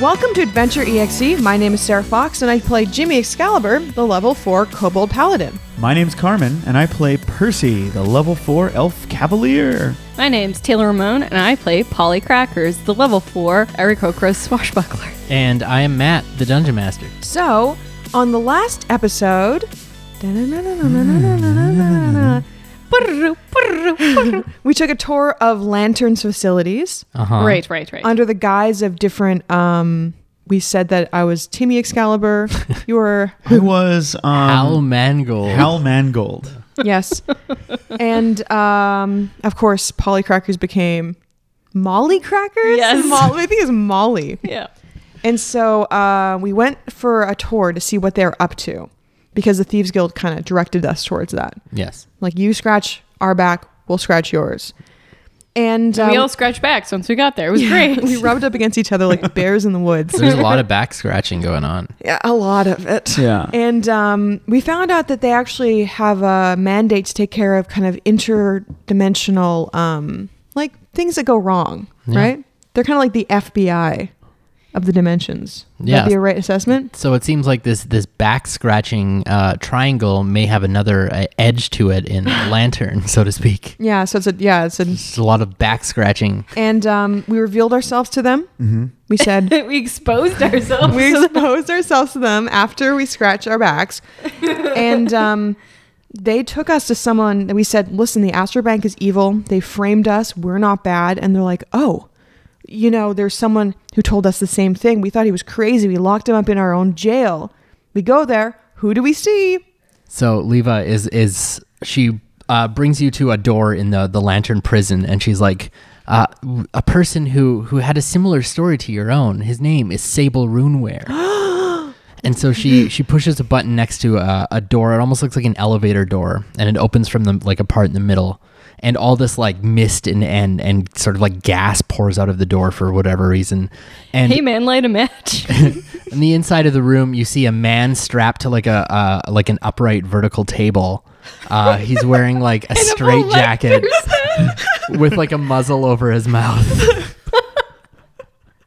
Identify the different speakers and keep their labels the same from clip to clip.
Speaker 1: Welcome to Adventure EXE. My name is Sarah Fox, and I play Jimmy Excalibur, the level 4 Kobold Paladin.
Speaker 2: My name's Carmen, and I play Percy, the level 4 elf cavalier.
Speaker 3: My name's Taylor Ramon, and I play Polly Crackers, the level 4 Eric Okro's swashbuckler.
Speaker 4: And I am Matt, the Dungeon Master.
Speaker 1: So, on the last episode, we took a tour of Lantern's facilities
Speaker 4: Uh-huh.
Speaker 3: Right, right, right.
Speaker 1: under the guise of different. Um, we said that I was Timmy Excalibur. You were
Speaker 2: Who was um,
Speaker 4: Hal Mangold.
Speaker 2: Hal Mangold?
Speaker 1: yes, and um, of course, Polly Crackers became Molly Crackers.
Speaker 3: Yes.
Speaker 1: Molly, I think it's Molly.
Speaker 3: yeah.
Speaker 1: And so uh, we went for a tour to see what they're up to because the Thieves Guild kind of directed us towards that.
Speaker 4: Yes.
Speaker 1: Like, you scratch our back, we'll scratch yours. And,
Speaker 3: And we
Speaker 1: uh,
Speaker 3: all scratched backs once we got there. It was great.
Speaker 1: we rubbed up against each other like bears in the woods.
Speaker 4: There's a lot of back scratching going on.
Speaker 1: Yeah, a lot of it.
Speaker 2: Yeah.
Speaker 1: And um, we found out that they actually have a mandate to take care of kind of interdimensional, um, like things that go wrong, right? They're kind of like the FBI of the dimensions. Would
Speaker 4: Yeah.
Speaker 1: That be a right assessment?
Speaker 4: So it seems like this this back scratching uh, triangle may have another uh, edge to it in Lantern, so to speak.
Speaker 1: Yeah. So it's a, yeah, it's a,
Speaker 4: There's a lot of back scratching.
Speaker 1: and um, we revealed ourselves to them. Mm-hmm. We said
Speaker 3: we exposed ourselves.
Speaker 1: we exposed ourselves to them after we scratched our backs, and um, they took us to someone that we said, "Listen, the Astro Bank is evil. They framed us. We're not bad." And they're like, "Oh." You know, there's someone who told us the same thing. We thought he was crazy. We locked him up in our own jail. We go there. Who do we see?
Speaker 4: So Leva is is she uh, brings you to a door in the the Lantern prison, and she's like. Uh, w- a person who who had a similar story to your own. His name is Sable Runeware. and so she she pushes a button next to a, a door. It almost looks like an elevator door, and it opens from the like a part in the middle. And all this like mist and and and sort of like gas pours out of the door for whatever reason. And
Speaker 3: hey, man, light a match.
Speaker 4: on the inside of the room, you see a man strapped to like a uh, like an upright vertical table. Uh, he's wearing like a straight jacket with like a muzzle over his mouth.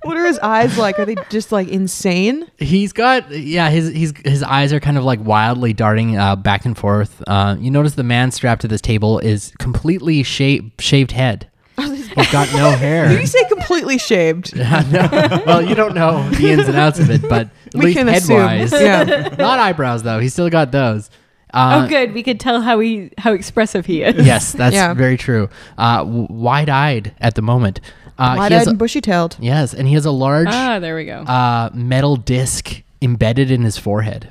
Speaker 1: What are his eyes like? Are they just like insane?
Speaker 4: He's got yeah. His he's his eyes are kind of like wildly darting uh, back and forth. Uh, you notice the man strapped to this table is completely shaved shaved head.
Speaker 1: Oh,
Speaker 4: He's got no
Speaker 1: Did
Speaker 4: hair.
Speaker 1: you say completely shaved?
Speaker 4: well, you don't know the ins and outs of it, but at
Speaker 1: We
Speaker 4: least
Speaker 1: can
Speaker 4: head
Speaker 1: assume.
Speaker 4: wise,
Speaker 1: Yeah.
Speaker 4: not eyebrows though. He's still got those. Uh,
Speaker 3: oh, good. We could tell how he how expressive he is.
Speaker 4: Yes, that's
Speaker 1: Yeah.
Speaker 4: very true. Uh, w- wide-eyed at the moment. Uh, he
Speaker 1: Wide
Speaker 4: has
Speaker 1: eyed
Speaker 4: a-
Speaker 1: and bushy tailed.
Speaker 4: yes, and he has a large
Speaker 3: Ah, there we go.
Speaker 4: uh, metal disc embedded in his forehead.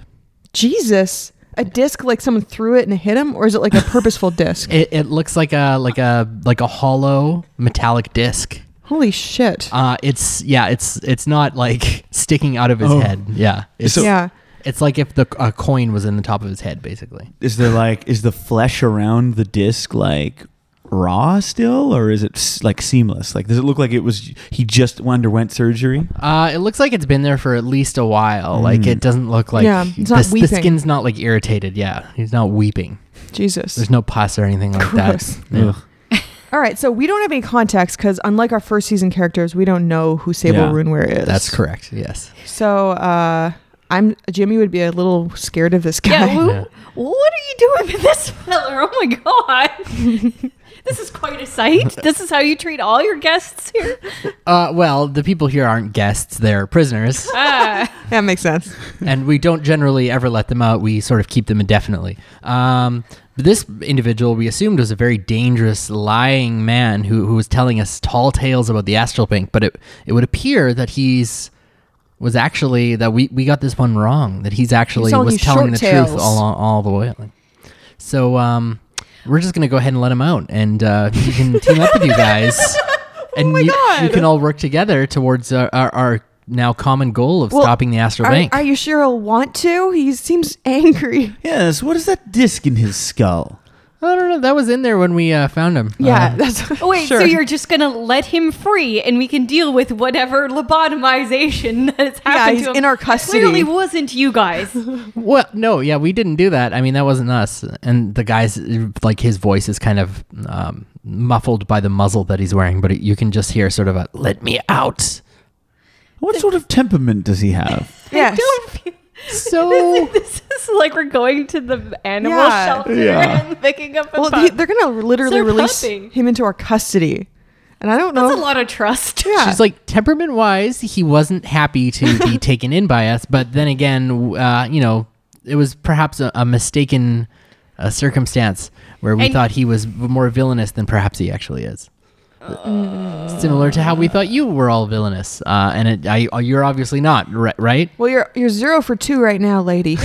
Speaker 1: Jesus. A disc like someone threw it and it hit him, or is it like a purposeful disc?
Speaker 4: It, it looks like a like a like a hollow metallic disc.
Speaker 1: Holy shit.
Speaker 4: Uh, it's yeah, it's it's not like sticking out of his
Speaker 2: Oh.
Speaker 4: head. Yeah, it's
Speaker 2: So-
Speaker 1: yeah.
Speaker 4: it's like if the a coin was in the top of his head, basically.
Speaker 2: Is there like is the flesh around the disc like raw still, or is it s- like seamless? Like, does it look like it was he just underwent surgery?
Speaker 4: Uh, it looks like it's been there for at least a while.
Speaker 2: Mm.
Speaker 4: Like it doesn't look like
Speaker 1: Yeah, it's not
Speaker 4: the, the
Speaker 1: weeping.
Speaker 4: skin's not like irritated. Yeah, he's not weeping.
Speaker 1: Jesus.
Speaker 4: There's no pus or anything like
Speaker 1: Gross.
Speaker 4: that. Yeah.
Speaker 2: Ugh.
Speaker 1: All right. So we don't have any context because, unlike our first season characters, we don't know who Sable
Speaker 2: Yeah,
Speaker 1: Runeware is.
Speaker 4: That's correct. Yes.
Speaker 1: So uh, I'm Jimmy would be a little scared of this guy.
Speaker 3: yeah, who, What are you doing with this feller? Oh my god. this is quite a sight. This is how you treat all your guests here.
Speaker 4: Uh, well, the people here aren't guests; they're prisoners,
Speaker 3: Ah.
Speaker 1: that makes sense.
Speaker 4: and we don't generally ever let them out. We sort of keep them indefinitely. Um, but this individual we assumed was a very dangerous, lying man who who was telling us tall tales about the astral bank. But it it would appear that he's was actually that we, we got this one wrong. That he's actually
Speaker 1: telling
Speaker 4: was
Speaker 1: you
Speaker 4: telling
Speaker 1: short
Speaker 4: the
Speaker 1: tales.
Speaker 4: truth all all the way. So um, we're just gonna go ahead and let him out, and uh, he can team up with you guys.
Speaker 1: Oh
Speaker 4: And you, you can all work together towards our, our, our now common goal of
Speaker 1: Well,
Speaker 4: stopping the Astro
Speaker 1: Are,
Speaker 4: Bank.
Speaker 1: are you sure he'll want to? He seems angry.
Speaker 2: Yes. What is that disc in his skull?
Speaker 4: I don't know. That was in there when we uh, found him.
Speaker 1: Yeah.
Speaker 4: Uh,
Speaker 1: That's
Speaker 3: Wait,
Speaker 1: sure.
Speaker 3: so you're just gonna let him free, and we can deal with whatever lobotomization that's happened
Speaker 1: he's
Speaker 3: to him.
Speaker 1: in our
Speaker 3: It
Speaker 1: custody.
Speaker 3: Clearly, wasn't you guys.
Speaker 4: well, no, yeah, we didn't do that. I mean, that wasn't us. And the guy's, like, his voice is kind of um, muffled by the muzzle that he's wearing, but you can just hear sort of a, let me out.
Speaker 2: What sort of temperament does he have?
Speaker 1: Yes.
Speaker 3: Don't feel.
Speaker 4: So
Speaker 3: This is like we're going to the animal
Speaker 1: Yeah.
Speaker 3: shelter
Speaker 2: Yeah.
Speaker 3: and picking up a
Speaker 1: Well,
Speaker 3: pup.
Speaker 1: he, they're gonna literally
Speaker 3: It's their
Speaker 1: release
Speaker 3: puppy.
Speaker 1: him into our custody, and I don't know.
Speaker 3: That's a lot of trust.
Speaker 1: Yeah.
Speaker 4: she's like temperament wise, he wasn't happy to be taken in by us, but then again, uh, you know, it was perhaps a, a mistaken uh, circumstance where we
Speaker 3: And-
Speaker 4: thought he was more villainous than perhaps he actually is. Similar to how we thought you were all villainous, uh, and it, I, you're obviously not, ri- right?
Speaker 1: Well, you're you're zero for two right now, lady.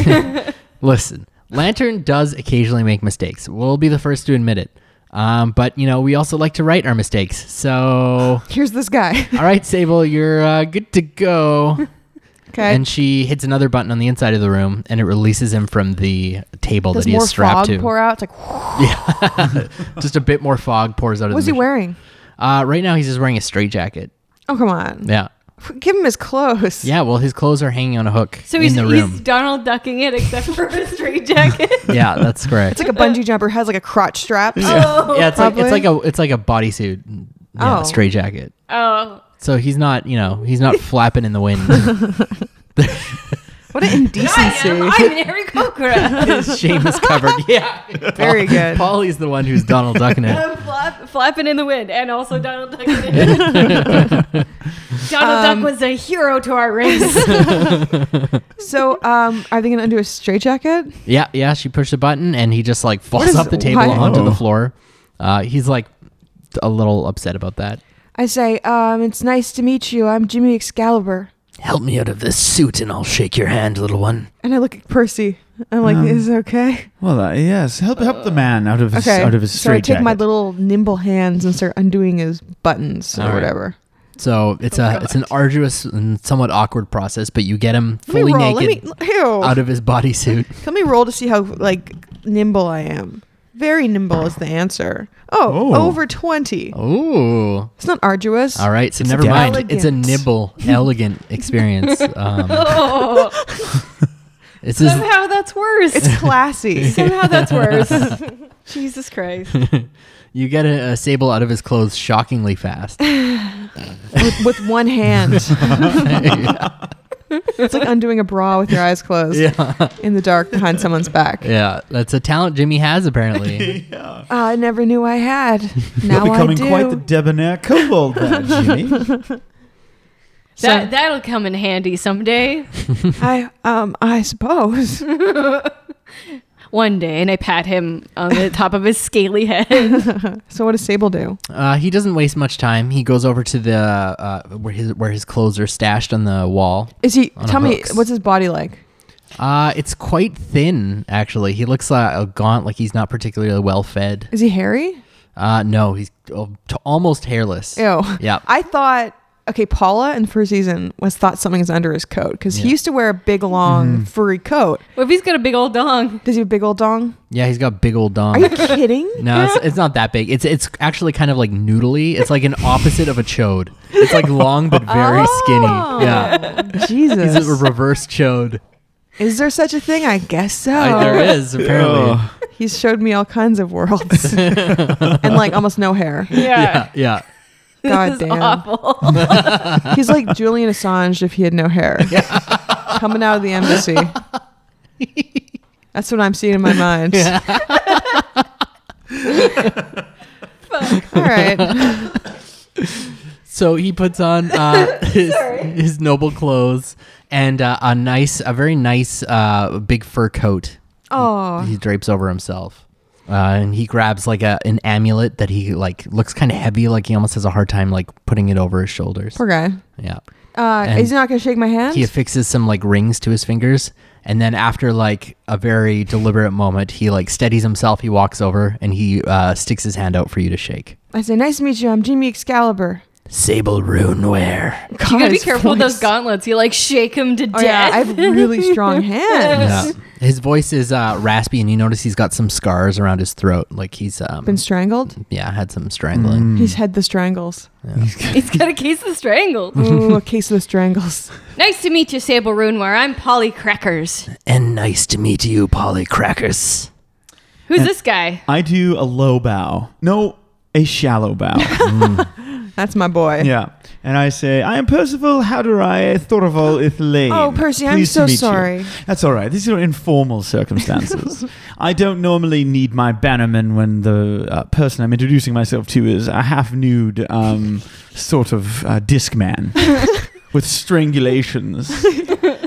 Speaker 4: Listen, Lantern does occasionally make mistakes. We'll be the first to admit it. Um, but you know, we also like to write our mistakes. So,
Speaker 1: Here's this guy.
Speaker 4: all right, Sable, you're uh, good to go.
Speaker 1: Okay.
Speaker 4: And she hits another button on the inside of the room, and it releases him from the table
Speaker 1: Does
Speaker 4: that he
Speaker 1: more
Speaker 4: is strapped
Speaker 1: fog
Speaker 4: to.
Speaker 1: pour out? It's like,
Speaker 4: Yeah, just a bit more fog pours out of.
Speaker 1: what's he
Speaker 4: the machine.
Speaker 1: wearing?
Speaker 4: Uh, right now, he's just wearing a straitjacket.
Speaker 1: Oh come on,
Speaker 4: Yeah,
Speaker 1: give him his clothes.
Speaker 4: yeah. Well, his clothes are hanging on a hook
Speaker 3: So
Speaker 4: in
Speaker 3: he's,
Speaker 4: the
Speaker 3: he's
Speaker 4: room.
Speaker 3: Donald ducking it except for his straitjacket.
Speaker 4: yeah, that's correct.
Speaker 1: It's like a bungee jumper has like a crotch strap.
Speaker 3: oh.
Speaker 4: yeah, it's like it's
Speaker 1: Probably.
Speaker 4: like a it's like a bodysuit. Yeah,
Speaker 1: Oh.
Speaker 4: straitjacket.
Speaker 3: Oh.
Speaker 4: So he's not, you know, he's not flapping in the wind.
Speaker 1: What an indecency!
Speaker 3: I'm Mary Kokura.
Speaker 4: His shame is covered. Yeah.
Speaker 1: Very good.
Speaker 4: Polly's the one who's Donald ducking it.
Speaker 3: I'm flap, flapping in the wind, and also Donald Duck. in the wind. Donald
Speaker 1: Um,
Speaker 3: Duck was a hero to our race.
Speaker 1: So, um, are they gonna undo a straitjacket?
Speaker 4: Yeah, yeah. She pushed a button and he just like
Speaker 1: What
Speaker 4: falls
Speaker 1: is-
Speaker 4: off the table
Speaker 1: why-
Speaker 4: onto
Speaker 2: Oh.
Speaker 4: the floor. Uh, he's like a little upset about that.
Speaker 1: I say, um, it's nice to meet you. I'm Jimmy Excalibur,
Speaker 4: Help me out of this suit and I'll shake your hand, little one.
Speaker 1: and I look at Percy. I'm like,
Speaker 2: Um,
Speaker 1: is it okay?
Speaker 2: Well, uh, yes. Help help the man out of his
Speaker 1: Okay.
Speaker 2: out of his
Speaker 1: so I
Speaker 2: straight
Speaker 1: take my little nimble hands and start undoing his buttons or
Speaker 4: All right.
Speaker 1: whatever.
Speaker 4: So it's
Speaker 1: Oh
Speaker 4: a it's an arduous and somewhat awkward process, but you get him
Speaker 1: Let me
Speaker 4: fully
Speaker 1: roll.
Speaker 4: naked
Speaker 1: Let me, ew.
Speaker 4: out of his bodysuit.
Speaker 1: Let me roll to see how like nimble I am. Very nimble is the answer. Oh,
Speaker 2: Oh.
Speaker 1: over twenty.
Speaker 4: Ooh.
Speaker 1: It's not arduous.
Speaker 4: All right, so
Speaker 2: It's
Speaker 4: never
Speaker 2: delicate.
Speaker 4: mind. It's a
Speaker 1: Elegant.
Speaker 4: nibble, elegant experience. Um,
Speaker 3: oh.
Speaker 4: it's just,
Speaker 3: Somehow that's worse.
Speaker 1: It's classy.
Speaker 3: Somehow that's worse. Jesus Christ.
Speaker 4: you get a, a sable out of his clothes shockingly fast.
Speaker 1: with, with one hand. It's like undoing a bra with your eyes closed
Speaker 4: yeah,
Speaker 1: in the dark behind someone's back. Uh,
Speaker 4: yeah, that's a talent Jimmy has apparently.
Speaker 1: I never knew I had.
Speaker 2: You're
Speaker 1: Now I
Speaker 2: becoming
Speaker 1: do.
Speaker 2: quite the debonair kobold, there, Jimmy.
Speaker 1: So,
Speaker 3: that, that'll come in handy someday.
Speaker 1: I um I suppose.
Speaker 3: One day. And I pat him on the top of his scaly head.
Speaker 1: So what does Sable do?
Speaker 4: Uh, he doesn't waste much time. He goes over to the uh, where his where his clothes are stashed on the wall.
Speaker 1: Is he
Speaker 4: On a
Speaker 1: tell me
Speaker 4: hooks.
Speaker 1: what's his body like?
Speaker 4: Uh, it's quite thin actually. He looks uh, gaunt, like he's not particularly well fed.
Speaker 1: Is he hairy?
Speaker 4: Uh, no, he's uh, t- almost hairless.
Speaker 1: Ew.
Speaker 4: Yeah.
Speaker 1: I thought okay, Paula in the first season was thought something was under his coat because he
Speaker 4: Yeah. Mm-hmm.
Speaker 1: used to wear a big long furry coat.
Speaker 3: what if he's got a big old dong?
Speaker 1: Does he have a big old dong?
Speaker 4: Yeah, he's got big old dong.
Speaker 1: Are you kidding?
Speaker 4: Oh No, it's, it's not that big. It's it's actually kind of like noodly. It's like an opposite of a chode. It's like long but very
Speaker 1: Oh.
Speaker 4: skinny. Yeah. He's a
Speaker 1: Jesus.
Speaker 4: reverse chode.
Speaker 1: Is there such a thing? I guess so.
Speaker 4: I- there is apparently.
Speaker 2: Oh.
Speaker 1: He's showed me all kinds of worlds and like almost no hair.
Speaker 4: Yeah, yeah.
Speaker 1: God
Speaker 3: This is
Speaker 1: damn.
Speaker 3: awful.
Speaker 1: He's like Julian Assange if he had no hair. Coming out of the embassy. That's what I'm seeing in my mind. All right.
Speaker 4: So he puts on uh, his, his noble clothes and uh, a nice, a very nice uh, big fur coat.
Speaker 1: Oh,
Speaker 4: He drapes over himself. Uh, and he grabs like a an amulet that he like looks kind of heavy, like he almost has a hard time like putting it over his shoulders.
Speaker 1: poor guy.
Speaker 4: Yeah.
Speaker 1: Uh,
Speaker 4: And
Speaker 1: is he not going to shake my hand?
Speaker 4: he affixes some like rings to his fingers and then after like a very deliberate moment he like steadies himself he walks over and he uh, sticks his hand out for you to shake
Speaker 1: I say, nice to meet you. I'm Jimmy Excalibur.
Speaker 4: sable runeware
Speaker 1: God,
Speaker 3: You gotta be
Speaker 1: his
Speaker 3: careful with
Speaker 1: voice.
Speaker 3: those gauntlets. You like shake him to
Speaker 1: Oh,
Speaker 3: death.
Speaker 1: yeah, I have really strong hands.
Speaker 4: yeah. his voice is uh, raspy and you notice he's got some scars around his throat like he's um
Speaker 1: Been Mm. strangled.
Speaker 4: yeah had some strangling
Speaker 1: He's had the strangles.
Speaker 3: He's got a case of strangles.
Speaker 1: Ooh, a case of the strangles.
Speaker 3: Nice to meet you, Sable Runewar. I'm Polly Crackers.
Speaker 4: and nice to meet you polly crackers
Speaker 3: Who's this guy?
Speaker 2: I do a low bow. No, a shallow bow.
Speaker 1: That's my boy.
Speaker 2: yeah. and I say, "I am Percival Hadorai Thorval Ithlane."
Speaker 1: Oh, Percy, I'm
Speaker 2: Pleased to
Speaker 1: so
Speaker 2: meet you."
Speaker 1: sorry.
Speaker 2: That's all right. These are informal circumstances. I don't normally need my bannerman when the uh, person I'm introducing myself to is a half nude um, sort of uh, disc man with strangulations.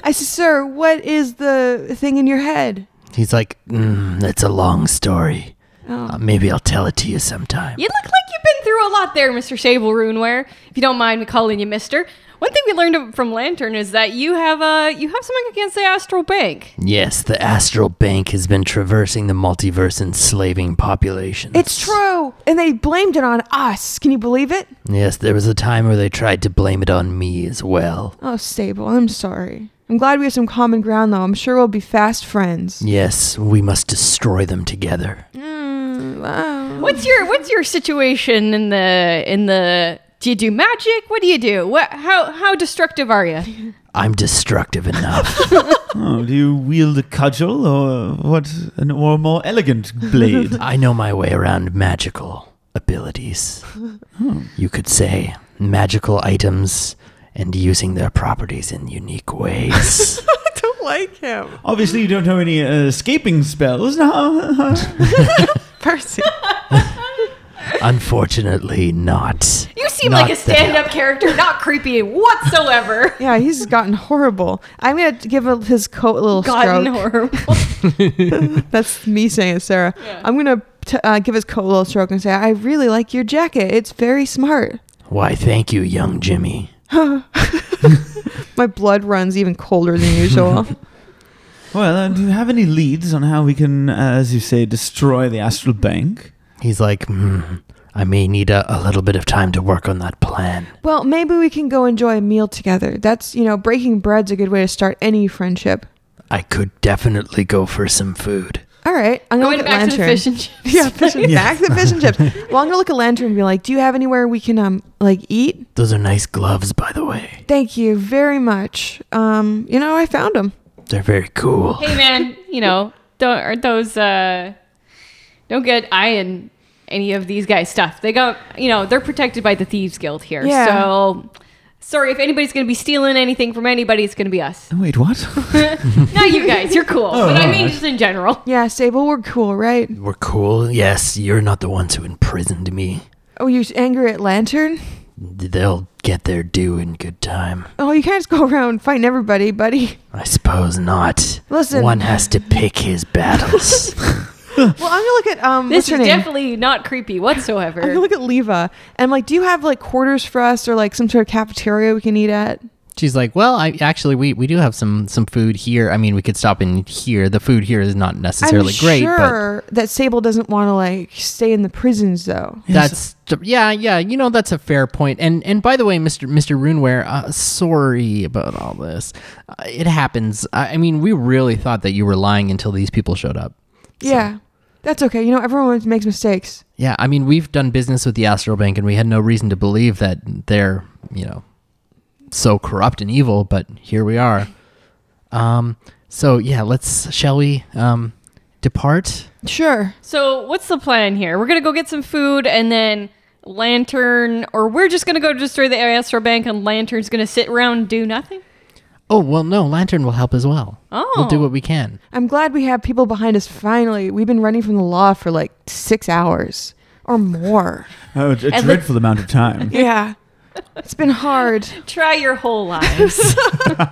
Speaker 1: I said, sir, what is the thing in your head?
Speaker 4: He's like, mm, that's a long story.
Speaker 1: Oh.
Speaker 4: Uh, maybe I'll tell it to you sometime.
Speaker 3: You look like you've been through a lot there, Mr. Sable Runeware. If you don't mind me calling you Mister. One thing we learned from Lantern is that you have uh, you have something against the Astral Bank.
Speaker 4: Yes, the astral bank has been traversing the multiverse enslaving populations.
Speaker 1: It's true. And they blamed it on us. Can you believe it?
Speaker 4: Yes, there was a time where they tried to blame it on me as well.
Speaker 1: Oh, Sable, I'm sorry. I'm glad we have some common ground, though. I'm sure we'll be fast friends.
Speaker 4: Yes, we must destroy them together.
Speaker 1: Mm, wow.
Speaker 3: What's your what's your situation in the in the do you do magic? What do you do? What how how destructive are you?
Speaker 4: I'm destructive enough.
Speaker 2: Oh, do you wield a cudgel or what? An, or a more elegant blade?
Speaker 4: I know my way around magical abilities. You could say magical items and using their properties in unique ways.
Speaker 1: I don't like him.
Speaker 2: Obviously, you don't know any uh, escaping spells. No. uh,
Speaker 1: Percy.
Speaker 4: Unfortunately, not.
Speaker 3: You seem
Speaker 4: Not
Speaker 3: like a
Speaker 4: that.
Speaker 3: stand-up character, not creepy whatsoever.
Speaker 1: Yeah, he's gotten horrible. I'm going to give a, his coat a little
Speaker 3: Gotten
Speaker 1: stroke.
Speaker 3: horrible.
Speaker 1: That's me saying it, Sarah. I'm going to uh, give his coat a little stroke and say, I really like your jacket. It's very smart.
Speaker 4: Why, thank you, young Jimmy.
Speaker 1: My blood runs even colder than usual.
Speaker 2: Well, uh, do you have any leads on how we can, uh, as you say, destroy the astral bank?
Speaker 4: He's like, hmm, I may need a, a little bit of time to work on that plan.
Speaker 1: well, maybe we can go enjoy a meal together. That's, you know, breaking bread's a good way to start any friendship.
Speaker 4: I could definitely go for some food.
Speaker 1: All right, I'm gonna
Speaker 3: Going
Speaker 1: look
Speaker 3: back
Speaker 1: at lantern.
Speaker 3: to the fish and chips.
Speaker 1: yeah, fish and
Speaker 2: Yeah.
Speaker 1: back to the fish and chips. Well, I'm gonna look at lantern and be like, "Do you have anywhere we can um like eat?"
Speaker 4: Those are nice gloves, by the way.
Speaker 1: Thank you very much. Um, you know, I found them.
Speaker 4: They're very cool.
Speaker 3: hey man, you know, don't are those uh don't get eyeing any of these guys' stuff. They go you know, they're protected by the thieves guild here.
Speaker 1: Yeah.
Speaker 3: So sorry if anybody's gonna be stealing anything from anybody, it's gonna be us.
Speaker 2: Wait, what?
Speaker 3: Not you guys, you're cool.
Speaker 4: Oh,
Speaker 3: but I mean
Speaker 2: alright.
Speaker 3: just in general.
Speaker 1: Yeah, Sable, we're cool, right?
Speaker 4: We're cool. Yes, you're not the ones who imprisoned me.
Speaker 1: Oh, you're angry at lantern?
Speaker 4: They'll get their due in good time.
Speaker 1: Oh, you can't just go around fighting everybody, buddy.
Speaker 4: I suppose not.
Speaker 1: Listen.
Speaker 4: One has to pick his battles.
Speaker 1: Well, I'm gonna look at um,
Speaker 3: This
Speaker 1: what's her
Speaker 3: is
Speaker 1: name?
Speaker 3: definitely not creepy whatsoever.
Speaker 1: I'm gonna look at Leva and I'm like, "Do you have like quarters for us or like some sort of cafeteria we can eat at?"
Speaker 4: She's like, well, I actually we, we do have some some food here. I mean, we could stop in here. The food here is not necessarily
Speaker 1: I'm
Speaker 4: great, but
Speaker 1: sure that Sable doesn't want to like stay in the prisons though.
Speaker 4: that's yeah, yeah. You know, that's a fair point. And and by the way, Mister Mister Runeware, uh, sorry about all this. Uh, it happens. I, I mean, we really thought that you were lying until these people showed up.
Speaker 1: Yeah, that's okay. You know, everyone makes mistakes.
Speaker 4: Yeah, I mean, we've done business with the Astral Bank, and we had no reason to believe that they're, you know, so corrupt and evil. But here we are. Um, so yeah, let's shall we um, depart?
Speaker 1: Sure.
Speaker 3: so what's the plan here? We're gonna go get some food and then Lantern, or we're just gonna go destroy the Astro Bank, and Lantern's gonna sit around and do nothing.
Speaker 4: Oh well, no, Lantern will help as well.
Speaker 3: Oh,
Speaker 4: We'll do what we can.
Speaker 1: I'm glad we have people behind us finally. We've been running from the law for like six hours or more.
Speaker 2: Oh, a
Speaker 3: le-
Speaker 2: dreadful amount of time.
Speaker 1: Yeah. It's been hard.
Speaker 3: Try your whole lives.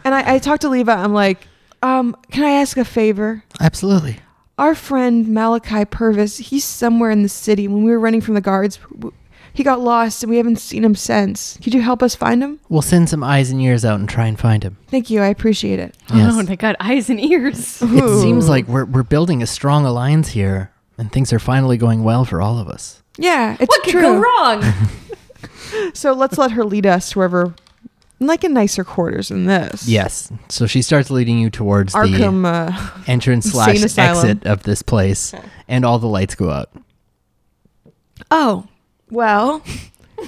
Speaker 1: And I, I talked to Leva. I'm like, um, can I ask a favor?
Speaker 4: Absolutely.
Speaker 1: Our friend Malachi Purvis, he's somewhere in the city. When we were running from the guards, w- he got lost and we haven't seen him since. Could you help us find him?
Speaker 4: We'll send some eyes and ears out and try and find him.
Speaker 1: Thank you. I appreciate it.
Speaker 4: Yes.
Speaker 3: Oh, they got eyes and ears.
Speaker 4: It seems like we're we're building a strong alliance here, and things are finally going well for all of us.
Speaker 1: Yeah, it's
Speaker 3: What could
Speaker 1: true.
Speaker 3: go wrong?
Speaker 1: So let's let her lead us to wherever, like in nicer quarters than this.
Speaker 4: Yes. So she starts leading you towards the
Speaker 1: Arkham. Uh,
Speaker 4: entrance
Speaker 1: Insane
Speaker 4: slash
Speaker 1: asylum.
Speaker 4: exit of this place, and all the lights go out.
Speaker 1: Oh, well,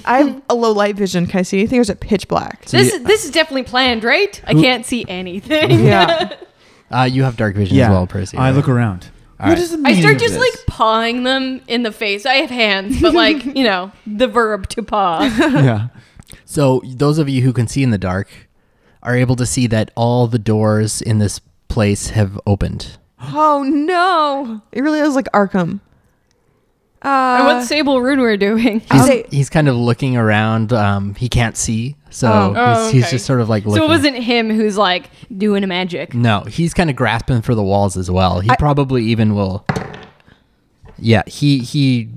Speaker 1: I have a low light vision. Can I see anything? Or is it pitch black?
Speaker 4: So
Speaker 3: this
Speaker 4: you,
Speaker 3: is this is definitely planned, right? I can't see anything.
Speaker 1: Yeah.
Speaker 4: uh, you have dark vision as well, Percy.
Speaker 2: I
Speaker 4: right?
Speaker 2: look around.
Speaker 4: All right.
Speaker 2: the
Speaker 3: I
Speaker 2: meaning
Speaker 3: start
Speaker 2: of
Speaker 3: just
Speaker 2: this?
Speaker 3: like pawing them in the face. I have hands, but like you know the verb to paw.
Speaker 2: yeah.
Speaker 4: So those of you who can see in the dark are able to see that all the doors in this place have opened.
Speaker 1: Oh no! It really is like Arkham. Uh,
Speaker 3: and what's Sable Runeware doing?
Speaker 1: I'll
Speaker 4: He's,
Speaker 1: say-
Speaker 4: he's kind of looking around. Um, he can't see, so
Speaker 1: Oh.
Speaker 4: he's,
Speaker 3: Oh,
Speaker 4: he's
Speaker 3: okay.
Speaker 4: just sort of like looking.
Speaker 3: So it wasn't him who's like doing magic.
Speaker 4: no, he's kind of grasping for the walls as well. He probably even will. Yeah, he he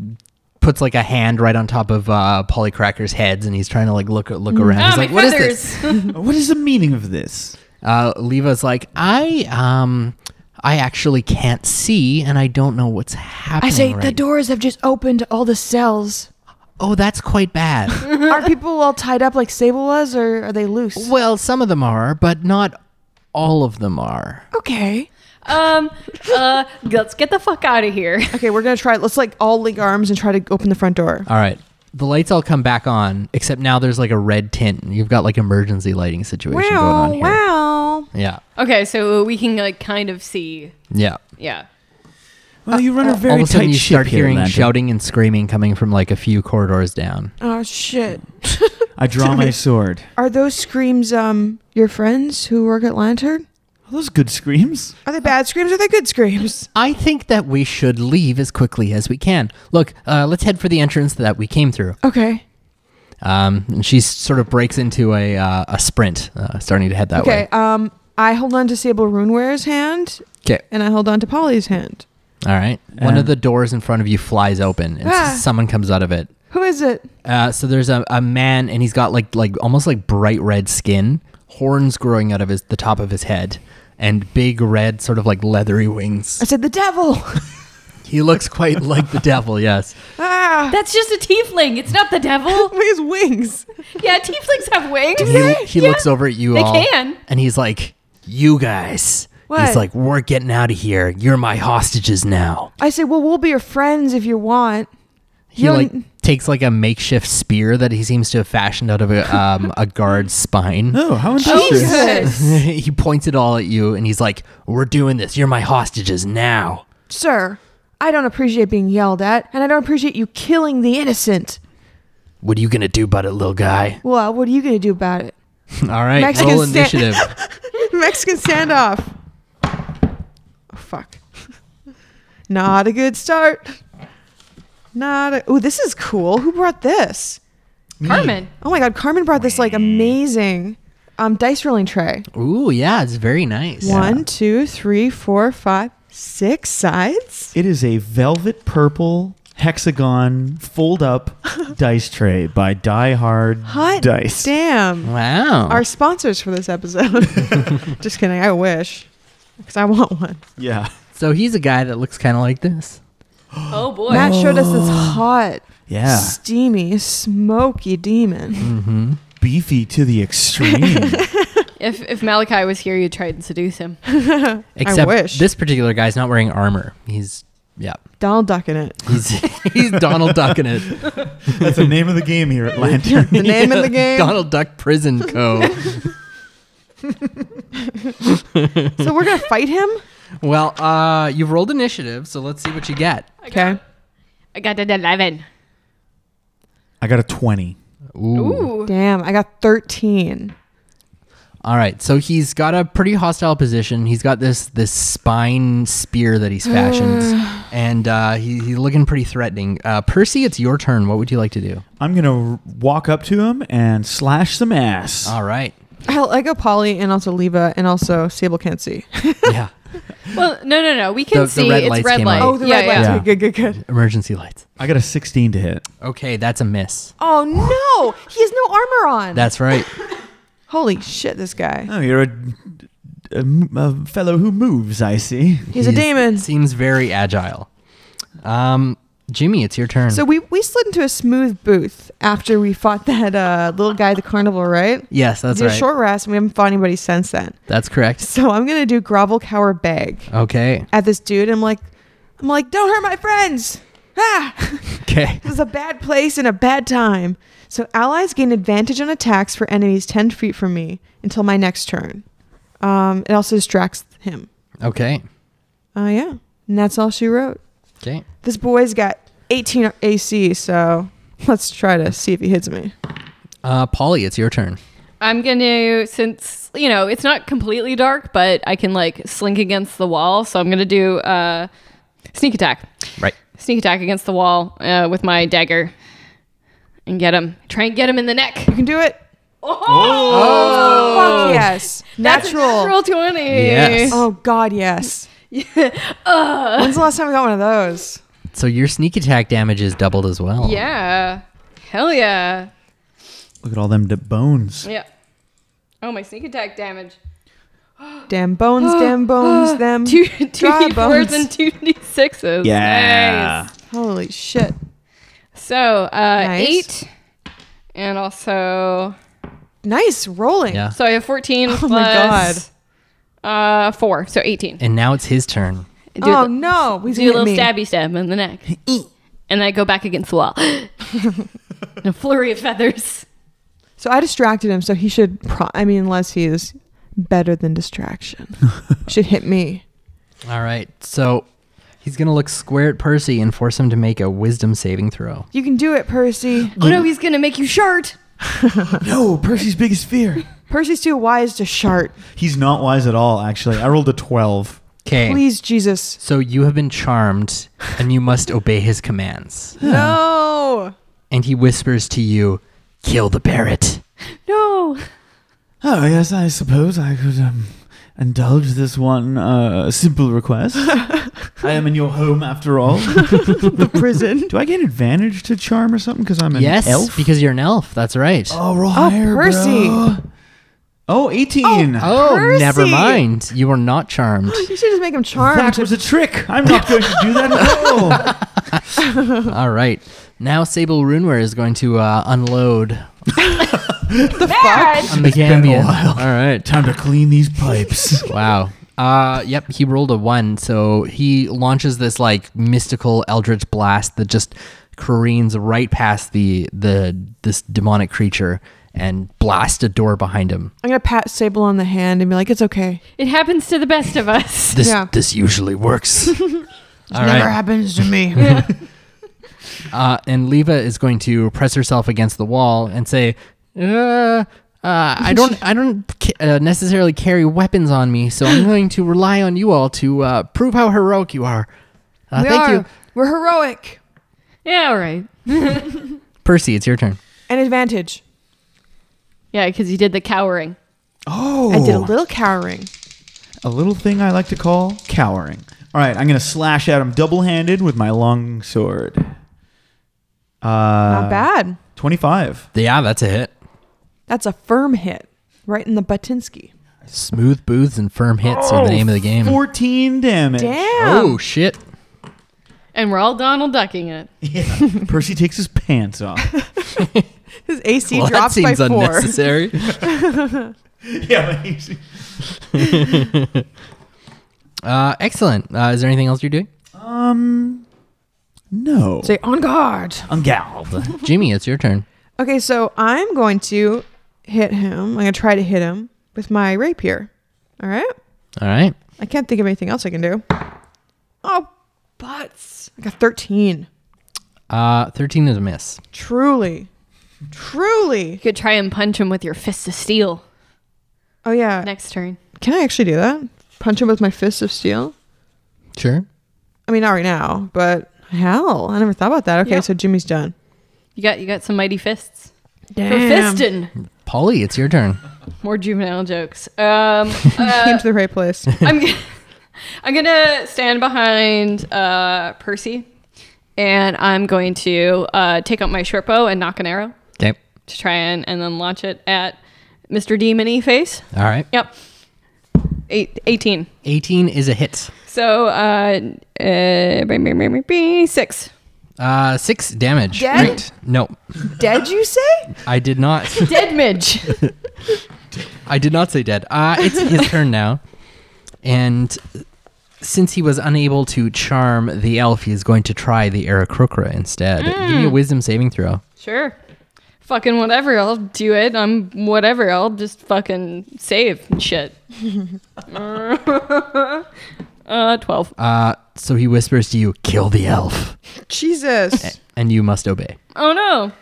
Speaker 4: puts like a hand right on top of uh, Polycracker's heads, and he's trying to like look look around.
Speaker 3: Ah,
Speaker 4: he's
Speaker 3: my
Speaker 4: like, "What is this?"
Speaker 3: feathers.
Speaker 2: Uh, What is the meaning of this?
Speaker 4: Uh, Leva's like, I um, I actually can't see, and I don't know what's
Speaker 1: I
Speaker 4: happening.
Speaker 1: say
Speaker 4: right
Speaker 1: the doors have just opened to all the cells.
Speaker 4: Oh, that's quite bad.
Speaker 1: Are people all tied up like Sable was, or are they loose?
Speaker 4: well, some of them are, but not all of them are.
Speaker 1: Okay.
Speaker 3: um, uh, let's get the fuck out of here.
Speaker 1: Okay, we're gonna try. Let's like all link arms and try to open the front door.
Speaker 4: All right. The lights all come back on, except now there's like a red tint. and You've got like emergency lighting situation going
Speaker 1: Wow!
Speaker 4: on here.
Speaker 1: Wow!
Speaker 4: Yeah.
Speaker 3: Okay, so we can like kind of see.
Speaker 4: Yeah.
Speaker 3: Yeah.
Speaker 2: Well, you run a very
Speaker 4: Uh, all of a sudden,
Speaker 2: tight
Speaker 4: you
Speaker 2: ship
Speaker 4: start
Speaker 2: here,
Speaker 4: hearing
Speaker 2: Lantern.
Speaker 4: shouting and screaming coming from like a few corridors down.
Speaker 1: Oh shit!
Speaker 2: I draw my sword.
Speaker 1: Are those screams um your friends who work at Lantern?
Speaker 2: Are those good screams?
Speaker 1: Are they bad screams? Or are they good screams?
Speaker 4: I think that we should leave as quickly as we can. Look, uh, let's head for the entrance that we came through.
Speaker 1: Okay.
Speaker 4: Um, and she s- sort of breaks into a uh, a sprint, uh, starting to head that
Speaker 1: Okay.
Speaker 4: way.
Speaker 1: Um, I hold on to Sable Runeware's hand,
Speaker 4: Okay.
Speaker 1: and I hold on to Polly's hand.
Speaker 4: All right. One of
Speaker 2: And-
Speaker 4: the doors in front of you flies open, and
Speaker 1: Ah.
Speaker 4: s someone comes out of it.
Speaker 1: Who is it?
Speaker 4: Uh, so there's a, a man, and he's got like like almost like bright red skin, horns growing out of his the top of his head, and big red sort of like leathery
Speaker 1: I
Speaker 4: wings.
Speaker 1: said the devil.
Speaker 4: He looks quite like the devil. Yes.
Speaker 1: ah,
Speaker 3: That's just a tiefling. It's not the devil.
Speaker 1: with his wings.
Speaker 3: yeah, tieflings have wings.
Speaker 4: He, he
Speaker 3: Yeah.
Speaker 4: looks over at you
Speaker 3: They
Speaker 4: all,
Speaker 3: can.
Speaker 4: and he's like, "You guys."
Speaker 1: What?
Speaker 4: He's like, "We're getting out of here. You're my hostages now."
Speaker 1: I said, well, we'll be your friends if you want.
Speaker 4: He
Speaker 1: You'll-
Speaker 4: like takes like a makeshift spear that he seems to have fashioned out of a, um, a guard's spine.
Speaker 2: Oh, how industrious.
Speaker 3: Jesus.
Speaker 4: he points it all at you, and he's like, "We're doing this. You're my hostages now."
Speaker 1: Sir, I don't appreciate being yelled at, and I don't appreciate you killing the innocent.
Speaker 4: What are you gonna do about it, little guy?
Speaker 1: Well, uh, what are you going to do about it?
Speaker 4: all right,
Speaker 1: Mexican
Speaker 4: roll
Speaker 1: sta-
Speaker 4: initiative.
Speaker 1: Mexican standoff. Oh, fuck. Not a good start. Not a. Oh, this is cool. Who brought this?
Speaker 3: Carmen.
Speaker 1: Oh my God, Carmen brought this like amazing um, dice rolling tray.
Speaker 4: Ooh, yeah, it's very nice.
Speaker 1: One, two, three, four, five, six sides.
Speaker 2: It is a velvet purple hexagon fold up dice tray by Die Hard
Speaker 1: Hot
Speaker 2: Dice. Oh.
Speaker 1: damn.
Speaker 4: Wow.
Speaker 1: Our sponsors for this episode. Just kidding. I wish. Because I want one.
Speaker 2: Yeah.
Speaker 4: so he's a guy that looks kind of like this.
Speaker 3: Oh boy.
Speaker 1: Matt showed us this hot,
Speaker 2: Oh. Yeah. Mm.
Speaker 1: steamy, smoky demon.
Speaker 2: Beefy to the extreme.
Speaker 3: If if Malachi was here, you'd try and seduce him.
Speaker 4: Except
Speaker 1: wish.
Speaker 4: this particular guy's not wearing armor. He's yeah.
Speaker 1: Donald Duck in it.
Speaker 4: He's he's Donald ducking it.
Speaker 2: That's the name of the game here at Lantern.
Speaker 1: The name of the game.
Speaker 4: Donald Duck Prison Co.
Speaker 1: So we're going to fight him?
Speaker 4: Well, uh, you've rolled initiative, so let's see what you get.
Speaker 1: Okay.
Speaker 3: I got an eleven.
Speaker 2: I got a 20.
Speaker 3: Ooh.
Speaker 1: Damn, I got 13.
Speaker 4: All right, so he's got a pretty hostile position. He's got this this spine spear that he's fashioned, and uh, he, he's looking pretty threatening. Uh, Percy, it's your turn. What would you like to do?
Speaker 2: I'm going to walk up to him and slash some ass.
Speaker 4: All right.
Speaker 1: I like a Polly and also Leva and also Sable can't see.
Speaker 4: Yeah.
Speaker 3: Well, no, no, no. We can
Speaker 4: The- the
Speaker 3: see
Speaker 4: red
Speaker 3: it's
Speaker 4: lights
Speaker 3: red
Speaker 4: came
Speaker 3: light.
Speaker 4: on.
Speaker 1: Oh, the
Speaker 3: yeah,
Speaker 1: red
Speaker 3: yeah.
Speaker 1: lights.
Speaker 2: Yeah.
Speaker 1: Okay, good, good, good.
Speaker 4: Emergency lights.
Speaker 2: I got a 16 to hit.
Speaker 4: Okay, that's a miss.
Speaker 1: Oh no, he has no armor on.
Speaker 4: That's right.
Speaker 1: Holy shit, this guy.
Speaker 2: Oh, you're a, a m- a fellow who moves, I see.
Speaker 1: He's, a demon.
Speaker 4: Seems very agile. Um, Jimmy, it's your turn.
Speaker 1: So we, we slid into a smooth booth after we fought that uh, little guy at the carnival, right?
Speaker 4: yes, that's
Speaker 1: did
Speaker 4: right.
Speaker 1: a short rest and we haven't fought anybody since then.
Speaker 4: that's correct.
Speaker 1: So I'm gonna do grovel cower beg
Speaker 4: Okay.
Speaker 1: at this dude. I'm like, I'm like, don't hurt my friends. Ah,
Speaker 4: Okay.
Speaker 1: this is a bad place and a bad time. So allies gain advantage on attacks for enemies 10 feet from me until my next turn. Um, it also distracts him.
Speaker 4: Okay.
Speaker 1: Oh yeah, and that's all she wrote.
Speaker 4: Okay.
Speaker 1: This boy's got 18 AC, so let's try to see if he hits me.
Speaker 4: Uh, Polly, it's your turn.
Speaker 3: I'm gonna since you know it's not completely dark, but I can like slink against the wall. So I'm gonna do uh, sneak attack,
Speaker 4: Right.
Speaker 3: sneak attack against the wall uh, with my dagger, and get him. Try and get him in the neck.
Speaker 1: You can do it. Fuck yes.
Speaker 3: Oh! That's a
Speaker 1: Natural.
Speaker 3: natural twenty.
Speaker 4: Yes.
Speaker 1: Oh God, yes.
Speaker 3: Uh.
Speaker 1: When's the last time we got one of those?
Speaker 4: So your sneak attack damage is doubled as well.
Speaker 3: Yeah. Hell yeah.
Speaker 2: Look at all them d- bones.
Speaker 3: Yeah. Oh, my sneak attack damage.
Speaker 1: Damn bones, damn bones, them
Speaker 3: Two
Speaker 1: dry
Speaker 3: two d fours and two d sixes.
Speaker 2: Yeah.
Speaker 1: Holy shit!
Speaker 3: So uh,
Speaker 1: Nice.
Speaker 3: eight, and also
Speaker 1: Nice rolling.
Speaker 4: Yeah.
Speaker 3: so I have fourteen
Speaker 1: Oh
Speaker 3: plus
Speaker 1: my
Speaker 3: Uh, four, so eighteen.
Speaker 4: And now it's his turn.
Speaker 3: Do
Speaker 1: Oh
Speaker 3: a-
Speaker 1: no, we
Speaker 3: do a little stabby stab in the neck,
Speaker 1: E.
Speaker 3: and I go back against the wall. and a flurry of feathers.
Speaker 1: So I distracted him, so he should. Pro- I mean, unless he is better than distraction, should hit me.
Speaker 4: All right. So he's going to look square at Percy and force him to make a wisdom saving throw.
Speaker 1: You can do it, Percy.
Speaker 3: Oh no, he's gonna make you short.
Speaker 2: No, Percy's biggest fear.
Speaker 1: Percy's too wise to shart.
Speaker 2: He's not wise at all, actually. I rolled a 12.
Speaker 4: Okay.
Speaker 1: Please, Jesus.
Speaker 4: So you have been charmed and you must obey his commands.
Speaker 1: No.
Speaker 4: And he whispers to you, kill the parrot.
Speaker 3: No.
Speaker 2: Oh, yes, I suppose I could um, indulge this one uh, simple request. I am in your home after all.
Speaker 1: The prison.
Speaker 2: Do I get advantage to charm or something because I'm an
Speaker 4: yes,
Speaker 2: elf?
Speaker 4: because you're an elf. That's right.
Speaker 2: oh, roll
Speaker 1: Oh,
Speaker 2: higher,
Speaker 1: Percy.
Speaker 2: bro. Oh, 18.
Speaker 4: Oh,
Speaker 1: Percy!
Speaker 4: never mind. You are not charmed.
Speaker 1: you should just make him charmed.
Speaker 2: That was a trick. I'm not going to do that at all.
Speaker 4: All right. Now Sable Runeware is going to uh, unload
Speaker 3: Bad.
Speaker 4: on the Gambian.
Speaker 2: while.
Speaker 4: All right.
Speaker 2: Time to clean these pipes.
Speaker 4: Wow. Uh, yep, he rolled a one, so he launches this like mystical eldritch blast that just careens right past the the this demonic creature and blasts a door behind him.
Speaker 1: I'm gonna pat Sable on the hand and be like, "It's okay.
Speaker 3: It happens to the best of us.
Speaker 4: This
Speaker 1: Yeah.
Speaker 4: this usually works. All
Speaker 1: Never
Speaker 4: right.
Speaker 1: happens to me."
Speaker 4: Uh, and Leva is going to press herself against the wall and say, uh, uh, "I don't, I don't ca- uh, necessarily carry weapons on me, so I'm going to rely on you all to uh, prove how heroic you are." Uh,
Speaker 1: we
Speaker 4: thank
Speaker 1: are.
Speaker 4: you,
Speaker 1: We're heroic.
Speaker 3: yeah, all right.
Speaker 4: Percy. It's your turn.
Speaker 1: An advantage.
Speaker 3: Yeah, because you did the cowering.
Speaker 2: Oh.
Speaker 1: I did a little cowering.
Speaker 2: A little thing I like to call cowering. All right, I'm going to slash at him double handed with my long sword. Uh,
Speaker 1: Not bad.
Speaker 2: 25.
Speaker 4: Yeah, that's a hit.
Speaker 1: That's a firm hit, right in the
Speaker 4: Oh,
Speaker 1: Batinsky.
Speaker 4: Smooth booths and firm hits are the
Speaker 1: Oh,
Speaker 4: name of the game.
Speaker 2: 14 damage.
Speaker 1: Damn.
Speaker 4: Oh shit!
Speaker 3: And we're all Donald ducking it.
Speaker 2: Yeah. Percy takes his pants off.
Speaker 1: His AC
Speaker 4: well, that
Speaker 1: drops by
Speaker 4: seems
Speaker 1: four.
Speaker 4: unnecessary.
Speaker 2: yeah, but he's-
Speaker 4: uh, excellent. Uh, is there anything else you're doing,
Speaker 2: Um, no.
Speaker 1: Say on guard.
Speaker 2: Ungalv.
Speaker 4: Jimmy? It's your turn.
Speaker 1: Okay, so I'm going to hit him. I'm going to try to hit him with my rapier. All right.
Speaker 4: All right.
Speaker 1: I can't think of anything else I can do. Oh, butts. I got 13.
Speaker 4: Uh, Thirteen is a miss.
Speaker 1: Truly. Truly.
Speaker 3: You could try and punch him with your fist of steel
Speaker 1: Oh, yeah.
Speaker 3: next turn.
Speaker 1: Can I actually do that? Punch him with my fist of steel?
Speaker 4: Sure.
Speaker 1: I mean, not right now, but hell, I never thought about that. Okay,
Speaker 3: Yeah.
Speaker 1: so Jimmy's done.
Speaker 3: You got you got some mighty fists.
Speaker 1: Damn.
Speaker 3: For fisting.
Speaker 4: Polly, it's your turn.
Speaker 3: More juvenile jokes. Um,
Speaker 1: Came
Speaker 3: uh,
Speaker 1: to the right place.
Speaker 3: I'm g- I'm gonna stand behind uh, Percy, and I'm going to uh, take out my short bow and knock an arrow
Speaker 4: Okay.
Speaker 3: to try and and then launch it at Mr. Demony face.
Speaker 4: All right.
Speaker 3: Yep. Eight, 18.
Speaker 4: 18 is a hit.
Speaker 3: So, uh, uh, bing, bing, bing, bing, bing, six.
Speaker 4: Uh, six damage.
Speaker 1: Dead?
Speaker 4: No,
Speaker 1: Dead, you say?
Speaker 4: I did not.
Speaker 3: Dead midge.
Speaker 4: I did not say dead. Uh, it's his turn now. And since he was unable to charm the elf, he is going to try the Aracrocra instead. Give
Speaker 1: Mm.
Speaker 4: me a wisdom saving throw.
Speaker 3: Sure. Fucking whatever. I'll do it. I'm whatever. I'll just fucking save and shit. uh, 12.
Speaker 4: Uh, so he whispers to you, kill the elf,
Speaker 2: Eh.
Speaker 1: Jesus.
Speaker 4: and you must obey.
Speaker 3: Oh no.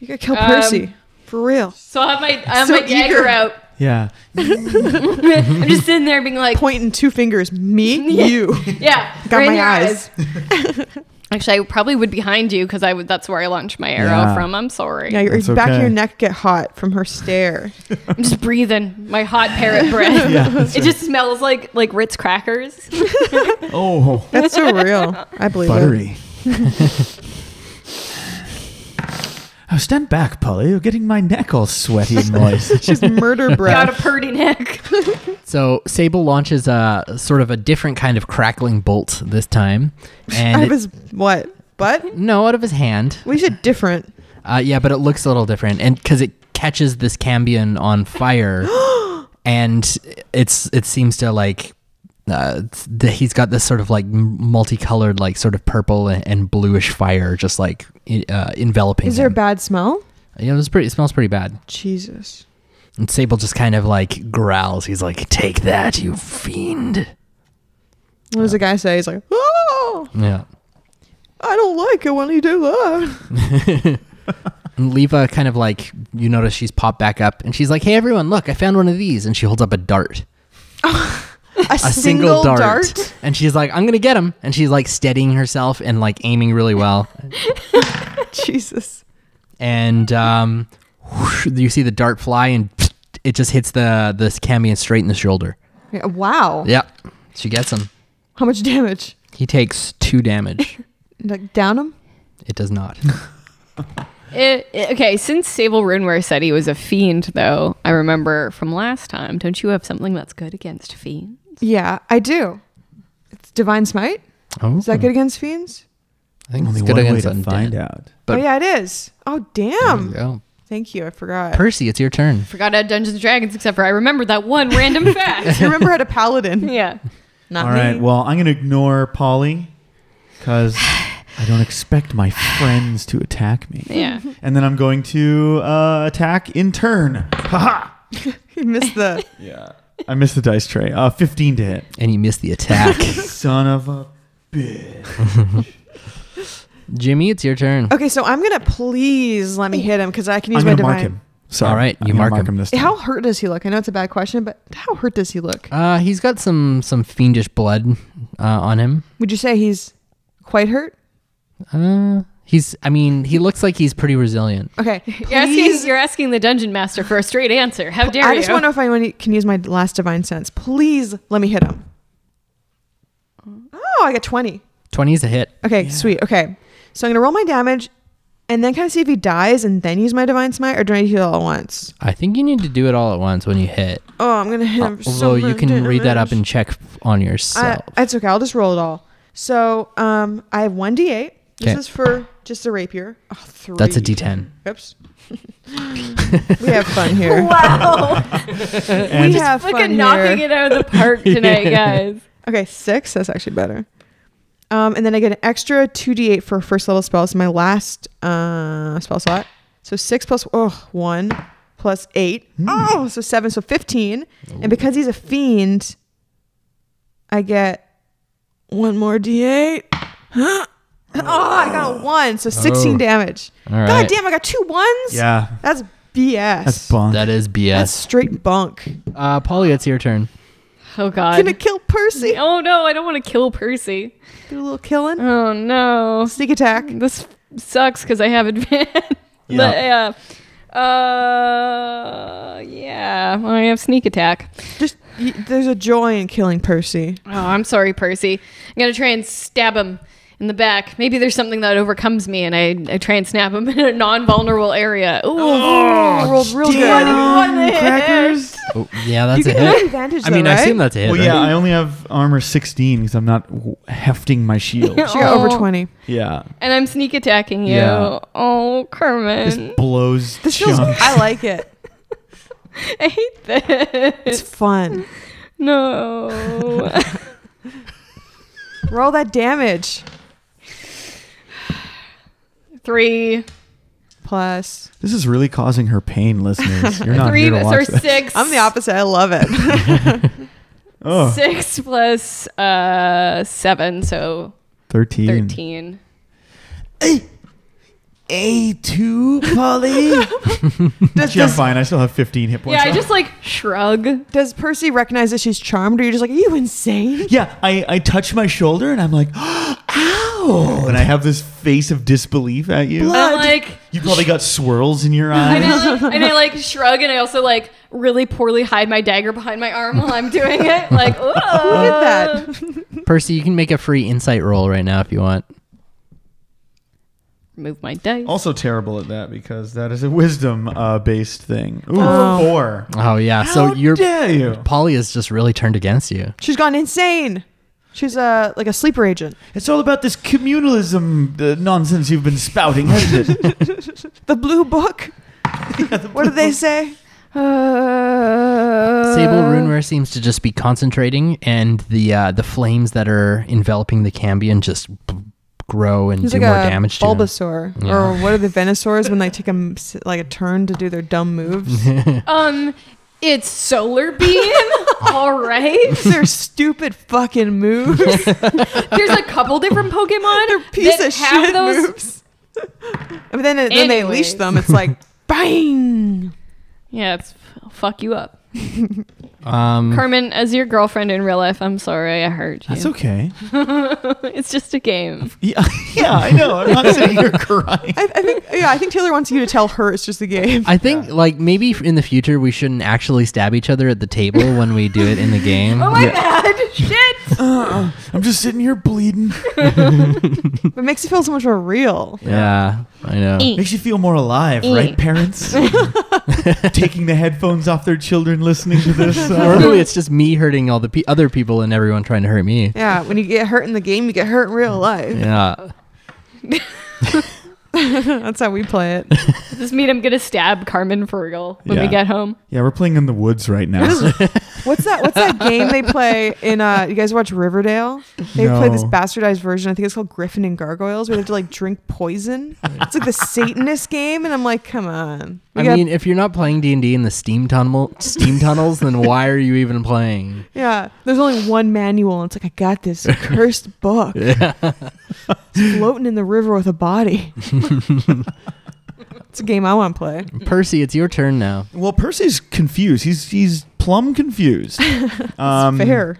Speaker 1: You could kill Percy. For real.
Speaker 3: So I have my I have
Speaker 1: So
Speaker 3: my dagger
Speaker 1: eager.
Speaker 3: out.
Speaker 2: Yeah.
Speaker 3: I'm just sitting there being like,
Speaker 1: Pointing two fingers. Me,
Speaker 3: Yeah.
Speaker 1: you.
Speaker 3: yeah,
Speaker 1: Got
Speaker 3: right in
Speaker 1: my
Speaker 3: your
Speaker 1: eyes.
Speaker 3: Actually, I probably would behind you because I would. That's where I launch my arrow
Speaker 2: Yeah.
Speaker 3: from. I'm sorry.
Speaker 1: Yeah, your
Speaker 2: That's
Speaker 1: back of
Speaker 2: okay.
Speaker 1: your neck get hot from her stare.
Speaker 3: I'm just breathing my hot parrot breath. it just smells like like Ritz crackers.
Speaker 2: Oh,
Speaker 1: That's so real. I believe it.
Speaker 2: buttery. oh, stand back, Polly. You're getting my neck all sweaty and moist.
Speaker 1: She's murder
Speaker 3: Got a
Speaker 1: breath.
Speaker 3: purdy neck.
Speaker 4: So Sable launches a sort of a different kind of crackling bolt this time,
Speaker 1: Out of
Speaker 4: and it-
Speaker 1: his what? Butt?
Speaker 4: no, out of his hand.
Speaker 1: We should different.
Speaker 4: Uh, yeah, but it looks a little different, and because it catches this cambion on fire, and it's it seems to like uh, it's- the, he's got this sort of like m- multicolored, like sort of purple and, and bluish fire, just like i- uh, enveloping.
Speaker 1: Is there a
Speaker 4: him.
Speaker 1: bad smell?
Speaker 4: Yeah, it was pretty. It smells pretty bad.
Speaker 1: Jesus.
Speaker 4: And Sable just kind of like growls. He's like, "Take that, you fiend!"
Speaker 1: What does the guy say? He's like, oh,
Speaker 4: Yeah.
Speaker 1: I don't like it when you do that.
Speaker 4: And Leva kind of like you notice she's popped back up, and she's like, "Hey, everyone, look! I found one of these!" And she holds up a dart.
Speaker 1: A,
Speaker 4: a single, dart. And she's like, I'm going to get him. And she's like steadying herself and like aiming really well.
Speaker 1: Jesus.
Speaker 4: and um, whoosh, you see the dart fly and it just hits the this cambion straight in the shoulder.
Speaker 1: Yeah, wow.
Speaker 4: Yep. She gets him.
Speaker 1: How much damage?
Speaker 4: He takes two damage.
Speaker 1: Like down him?
Speaker 4: it does not.
Speaker 3: It, it- okay, since Sable Runeware said he was a fiend, though, I remember from last time. Don't you have something that's good against fiend?
Speaker 1: Yeah, I do. It's divine smite.
Speaker 4: Oh,
Speaker 1: Is that good against fiends?
Speaker 4: I think
Speaker 2: Only
Speaker 4: it's good
Speaker 2: one way
Speaker 4: against
Speaker 2: to
Speaker 4: undead.
Speaker 2: find out.
Speaker 4: But-
Speaker 1: oh yeah, it is. Oh
Speaker 4: There
Speaker 1: damn.
Speaker 4: you go.
Speaker 1: Thank you. I forgot.
Speaker 4: Percy, it's your turn.
Speaker 3: Forgot about Dungeons and Dragons, except for I remembered that one random fact.
Speaker 1: you remember how to paladin?
Speaker 3: yeah.
Speaker 1: Not
Speaker 2: All
Speaker 1: me.
Speaker 2: right. Well, I'm gonna ignore Polly because I don't expect my friends to attack me.
Speaker 3: Yeah.
Speaker 2: And then I'm going to uh, attack in turn. Haha.
Speaker 1: you missed the.
Speaker 2: Yeah. I missed the dice tray. Uh, 15 to hit.
Speaker 4: And you miss the attack.
Speaker 2: Son of a bitch.
Speaker 4: Jimmy, it's your turn.
Speaker 1: Okay, so I'm gonna please let me hit him because I can use
Speaker 2: I'm
Speaker 1: my
Speaker 2: going to
Speaker 1: divine.
Speaker 2: mark him. Sorry.
Speaker 4: All right,
Speaker 2: I'm
Speaker 4: you
Speaker 2: gonna
Speaker 4: mark him.
Speaker 2: this time.
Speaker 1: How hurt does he look? I know it's a bad question, but how hurt does he look?
Speaker 4: Uh, he's got some some fiendish blood uh, on him.
Speaker 1: Would you say he's quite hurt?
Speaker 4: Uh, he's. I mean, he looks like he's pretty resilient.
Speaker 1: Okay,
Speaker 3: You're asking,
Speaker 1: please.
Speaker 3: you're asking the dungeon master for a straight answer. How dare
Speaker 1: I
Speaker 3: you?
Speaker 1: just want to know if anyone can use my last divine sense. Please let me hit him. Oh, I got twenty.
Speaker 4: Twenty is a hit.
Speaker 1: Okay, sweet. Okay, so I'm gonna roll my damage, and then kind of see if he dies, and then use my divine smite, or do I heal all at once?
Speaker 4: I think you need to do it all at once when you hit.
Speaker 1: Oh, I'm gonna hit him. for so
Speaker 4: Although Uh, you
Speaker 1: much
Speaker 4: can read that up
Speaker 1: damage.
Speaker 4: and check on
Speaker 1: I,
Speaker 4: yourself.
Speaker 1: it's okay. I'll just roll it all. So um, I have one d8. This
Speaker 4: Okay.
Speaker 1: is for just a rapier. Oh, three.
Speaker 4: That's a D10.
Speaker 1: Oops. we have fun here.
Speaker 3: Wow.
Speaker 1: we
Speaker 2: And
Speaker 1: have fun
Speaker 3: Fucking knocking
Speaker 1: here.
Speaker 3: it out of the park tonight, guys.
Speaker 1: Okay, six. That's actually better. Um, and then I get an extra two d8 for first level spells. My last uh, spell slot. So six plus oh one plus eight. Oh, so seven. So fifteen. And because he's a fiend, I get one more d8. oh, I got a one. So sixteen
Speaker 4: Oh.
Speaker 1: damage.
Speaker 4: All right.
Speaker 1: God damn! I got two ones.
Speaker 2: yeah.
Speaker 1: That's BS.
Speaker 2: That's bunk.
Speaker 4: That is
Speaker 1: That's
Speaker 4: BS.
Speaker 1: straight bunk.
Speaker 4: Uh, Polly, it's your turn.
Speaker 3: Oh, God.
Speaker 1: Gonna kill Percy.
Speaker 3: Oh, no. I don't want to kill Percy.
Speaker 1: Do a little killing.
Speaker 3: Oh, no.
Speaker 1: Sneak attack.
Speaker 3: This sucks because I have advantage. but yeah. Uh, yeah, I have sneak attack.
Speaker 1: Just y- there's a joy in killing Percy.
Speaker 3: Oh, I'm sorry, Percy. I'm gonna try and stab him in the back. Maybe there's something that overcomes me, and I, I try and snap him in a non-vulnerable area. Ooh,
Speaker 1: Oh, rolled real
Speaker 3: One hit.
Speaker 4: Oh, yeah, that's
Speaker 1: You
Speaker 4: a
Speaker 1: can have
Speaker 4: hit.
Speaker 1: advantage.
Speaker 4: I mean,
Speaker 1: though,
Speaker 4: I assume
Speaker 1: right?
Speaker 4: that's a hit.
Speaker 2: Well, yeah,
Speaker 4: right?
Speaker 2: I only have armor 16 because I'm not w- hefting my shield.
Speaker 1: She got
Speaker 3: Oh.
Speaker 1: over twenty.
Speaker 2: yeah.
Speaker 3: and I'm sneak attacking you.
Speaker 2: Yeah.
Speaker 3: Oh, Carmen,
Speaker 2: This blows
Speaker 1: This feels.
Speaker 2: chunks.
Speaker 1: I like it.
Speaker 3: I hate this.
Speaker 1: It's fun.
Speaker 3: No.
Speaker 1: Roll that damage.
Speaker 3: Three,
Speaker 1: Plus,
Speaker 2: This is really causing her pain, listeners. Oh, You're not
Speaker 3: three,
Speaker 2: here to
Speaker 3: or
Speaker 2: watch this.
Speaker 3: six.
Speaker 1: I'm the opposite. I love it.
Speaker 2: Oh,
Speaker 3: Six plus uh seven, so
Speaker 2: 13.
Speaker 3: thirteen.
Speaker 2: A2, Polly?
Speaker 1: Does,
Speaker 2: yeah, I'm
Speaker 1: does,
Speaker 2: fine. I still have 15 hit points.
Speaker 3: Yeah, I just like shrug.
Speaker 1: does Percy recognize that she's charmed, or you're just like, are you insane?
Speaker 2: Yeah, I, I touch my shoulder and I'm like, ow! And I have this face of disbelief at you.
Speaker 1: Blood.
Speaker 3: I'm like,
Speaker 2: You probably got swirls in your
Speaker 3: and
Speaker 2: eyes.
Speaker 3: I, like, and I like shrug, and I also like really poorly hide my dagger behind my arm while I'm doing it. Like, oh,
Speaker 1: Who did that?
Speaker 4: Percy, you can make a free insight roll right now if you want.
Speaker 3: Move my dice.
Speaker 2: Also terrible at that because that is a wisdom uh, based thing. Ooh, four.
Speaker 4: Oh yeah, so
Speaker 2: How
Speaker 4: your
Speaker 2: dare you?
Speaker 4: Polly is just really turned against you.
Speaker 1: She's gone insane. She's a like a sleeper agent.
Speaker 2: It's all about this communalism uh, nonsense you've been spouting, hasn't it?
Speaker 1: The blue book. what do they say?
Speaker 4: Sable Runeware seems to just be concentrating, and the uh, the flames that are enveloping the Cambion just b- grow and
Speaker 1: He's
Speaker 4: do
Speaker 1: like
Speaker 4: more
Speaker 1: a
Speaker 4: damage to him.
Speaker 1: Bulbasaur, or what are the Venusaurs when they take a m- s- like a turn to do their dumb moves?
Speaker 3: Um, it's solar beam. All right.
Speaker 1: their stupid fucking moves.
Speaker 3: There's a couple different Pokemon.
Speaker 1: Piece
Speaker 3: that
Speaker 1: of
Speaker 3: have
Speaker 1: shit
Speaker 3: those.
Speaker 1: moves. And then, then they leash
Speaker 3: Anyways.
Speaker 1: them. It's like bang.
Speaker 3: Yeah, it's I'll fuck you up.
Speaker 4: Um,
Speaker 3: Carmen, as your girlfriend in real life, I'm sorry I hurt you.
Speaker 2: That's okay.
Speaker 3: it's just a game.
Speaker 2: Yeah, yeah, I know. I'm not sitting here crying.
Speaker 1: I, I think yeah. I think Taylor wants you to tell her it's just a game.
Speaker 4: I think like maybe f- in the future we shouldn't actually stab each other at the table when we do it in the game.
Speaker 3: Oh my bad. Shit.
Speaker 2: I'm just sitting here bleeding.
Speaker 1: But it makes you feel so much more real.
Speaker 4: yeah, I know.
Speaker 2: Makes you feel more alive,
Speaker 3: Eh.
Speaker 2: right, parents? Taking the headphones off their children, listening to this.
Speaker 4: Or
Speaker 2: Uh,
Speaker 4: really, it's just me hurting all the pe- other people and everyone trying to hurt me.
Speaker 1: Yeah, when you get hurt in the game, you get hurt in real life.
Speaker 4: Yeah.
Speaker 1: That's how we play it.
Speaker 3: Does this mean I'm gonna stab Carmen for real when we
Speaker 2: Yeah.
Speaker 3: get home?
Speaker 2: yeah, we're playing in the woods right now.
Speaker 1: What's that? What's that game they play in? Uh, you guys watch Riverdale? They play this
Speaker 2: No.
Speaker 1: bastardized version. I think it's called Griffin and Gargoyles, where they have to like drink poison. It's like the Satanist game, and I'm like, come on. We
Speaker 4: I
Speaker 1: got-
Speaker 4: mean, if you're not playing D and D in the steam tunnel, steam tunnels, then why are you even playing?
Speaker 1: yeah. There's only one manual, and it's like I got this cursed book. It's floating in the river with a body. it's a game I want to play.
Speaker 4: Percy, it's your turn now.
Speaker 2: well, Percy's confused. He's he's plumb confused. Um,
Speaker 1: Fair.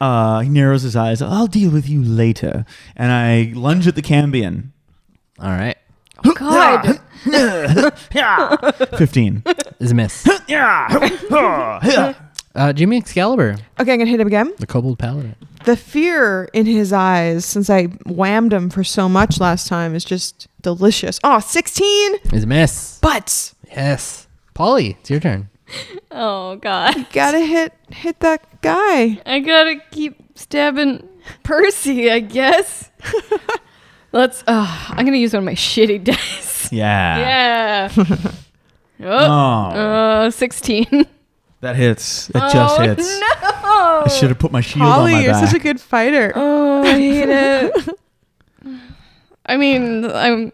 Speaker 2: Uh, he narrows his eyes. I'll deal with you later. And I lunge at the Cambion.
Speaker 4: All right,
Speaker 3: Oh, God.
Speaker 2: Fifteen.
Speaker 4: is a miss.
Speaker 2: Yeah.
Speaker 4: Uh, Jimmy Excalibur,
Speaker 1: Okay, I'm gonna hit him again.
Speaker 4: the Kobold Paladin.
Speaker 1: the fear in his eyes since I whammed him for so much last time is just delicious. Oh, 16
Speaker 4: Is a miss.
Speaker 1: but
Speaker 4: Yes. Polly, it's your turn.
Speaker 3: Oh God.
Speaker 1: Gotta hit hit that guy.
Speaker 3: I gotta keep stabbing Percy, I guess. Let's. Uh, I'm gonna use one of my shitty dice.
Speaker 2: Yeah.
Speaker 3: Yeah.
Speaker 2: Oh,
Speaker 3: Oh. Uh, 16.
Speaker 2: that hits. It just
Speaker 3: oh,
Speaker 2: hits.
Speaker 3: No.
Speaker 2: I should have put my shield on
Speaker 1: Holly,
Speaker 2: my
Speaker 1: you're
Speaker 2: back.
Speaker 1: such a good fighter.
Speaker 3: Oh, I hate it. I mean, I'm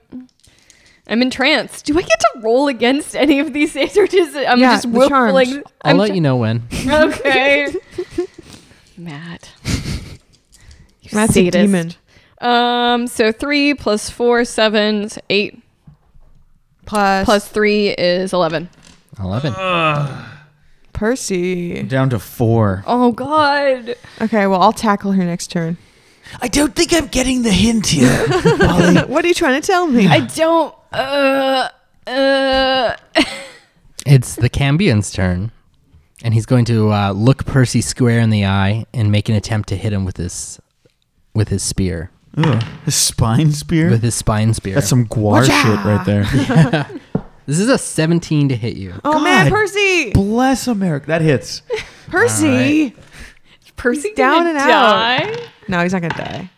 Speaker 3: I'm entranced. Do I get to roll against any of these things, or just I'm
Speaker 1: Yeah,
Speaker 3: just
Speaker 1: the
Speaker 3: willful-
Speaker 1: charms.
Speaker 3: like
Speaker 4: I'll
Speaker 3: I'm
Speaker 4: let you know when.
Speaker 3: know. Okay, Matt. You
Speaker 1: That's
Speaker 3: sadist.
Speaker 1: a demon.
Speaker 3: Um, so three plus four, seven, so eight
Speaker 1: Plus,
Speaker 3: plus three is eleven.
Speaker 4: Eleven.
Speaker 1: Percy.
Speaker 2: Down to four.
Speaker 3: Oh God.
Speaker 1: Okay, well I'll tackle her next turn.
Speaker 2: I don't think I'm getting the hint here. Polly.
Speaker 1: What are you trying to tell me?
Speaker 3: I don't. Uh. Uh.
Speaker 4: It's the Cambion's turn, and he's going to uh, look Percy square in the eye and make an attempt to hit him with his with his spear,
Speaker 2: Ugh, a spine spear?
Speaker 4: with his spine spear.
Speaker 2: That's some guar shit right there.
Speaker 4: this is a 17 to hit you.
Speaker 1: oh man,
Speaker 2: God.
Speaker 1: Percy!
Speaker 2: Bless America. That hits.
Speaker 1: Percy!
Speaker 3: Percy
Speaker 1: down
Speaker 3: gonna
Speaker 1: and
Speaker 3: die?
Speaker 1: out. No, he's not gonna die.